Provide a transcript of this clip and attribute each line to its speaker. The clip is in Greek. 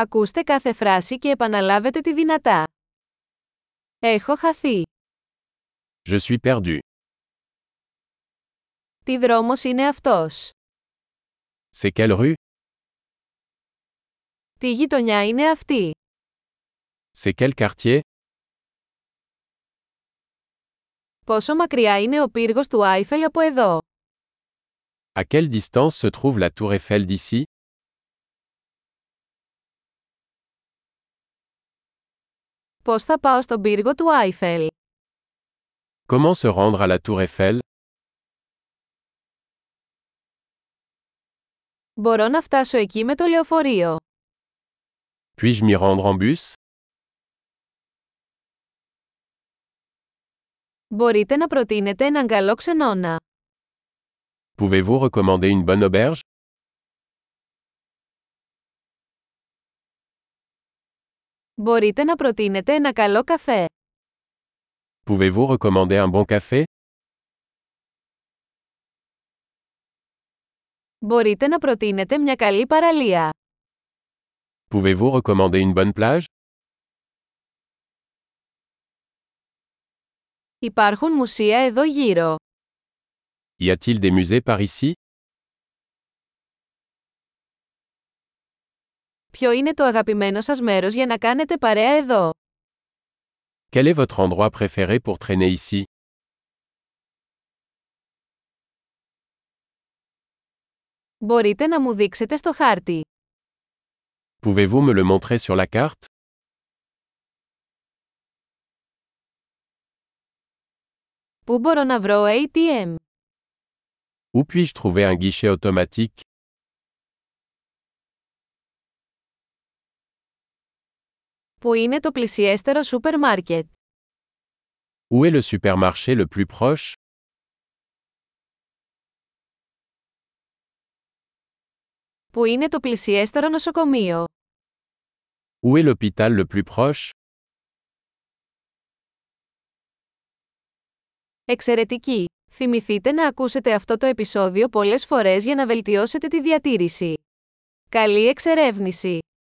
Speaker 1: Ακούστε κάθε φράση και επαναλάβετε τη δυνατά. Έχω χαθεί.
Speaker 2: Je suis perdu.
Speaker 1: Τι δρόμος είναι αυτός.
Speaker 2: C'est quelle rue
Speaker 1: Τι γειτονιά είναι αυτή.
Speaker 2: C'est quel quartier
Speaker 1: Πόσο μακριά είναι ο πύργος του Άιφελ από εδώ.
Speaker 2: À quelle distance se trouve la tour Eiffel d'ici
Speaker 1: Πώς θα πάω στον πύργο του Άιφελ.
Speaker 2: Comment se rendre à la tour Eiffel
Speaker 1: Μπορώ να φτάσω εκεί με το λεωφορείο.
Speaker 2: Puis-je m'y rendre en bus
Speaker 1: Μπορείτε να προτείνετε έναν καλό ξενώνα.
Speaker 2: Pouvez-vous recommander une bonne auberge
Speaker 1: Μπορείτε να προτείνετε ένα καλό καφέ.
Speaker 2: Pouvez-vous recommander un bon café
Speaker 1: Μπορείτε να προτείνετε μια καλή παραλία.
Speaker 2: Pouvez-vous recommander une bonne plage
Speaker 1: Υπάρχουν μουσεία εδώ γύρω.
Speaker 2: Y a-t-il des musées par ici
Speaker 1: Ποιο είναι το αγαπημένο σας μέρος για να κάνετε παρέα εδώ.
Speaker 2: Quel est votre endroit préféré pour traîner ici
Speaker 1: Μπορείτε να μου δείξετε στο χάρτη.
Speaker 2: Pouvez-vous me le montrer sur la carte
Speaker 1: Πού μπορώ να βρω ATM.
Speaker 2: Où puis-je trouver un guichet automatique
Speaker 1: Πού είναι το πλησιέστερο σούπερ μάρκετ.
Speaker 2: Où est le supermarché le plus proche
Speaker 1: Πού είναι το πλησιέστερο νοσοκομείο.
Speaker 2: Où est l'hôpital le plus proche
Speaker 1: Εξαιρετική! Θυμηθείτε να ακούσετε αυτό το επεισόδιο πολλές φορές για να βελτιώσετε τη διατήρηση. Καλή εξερεύνηση!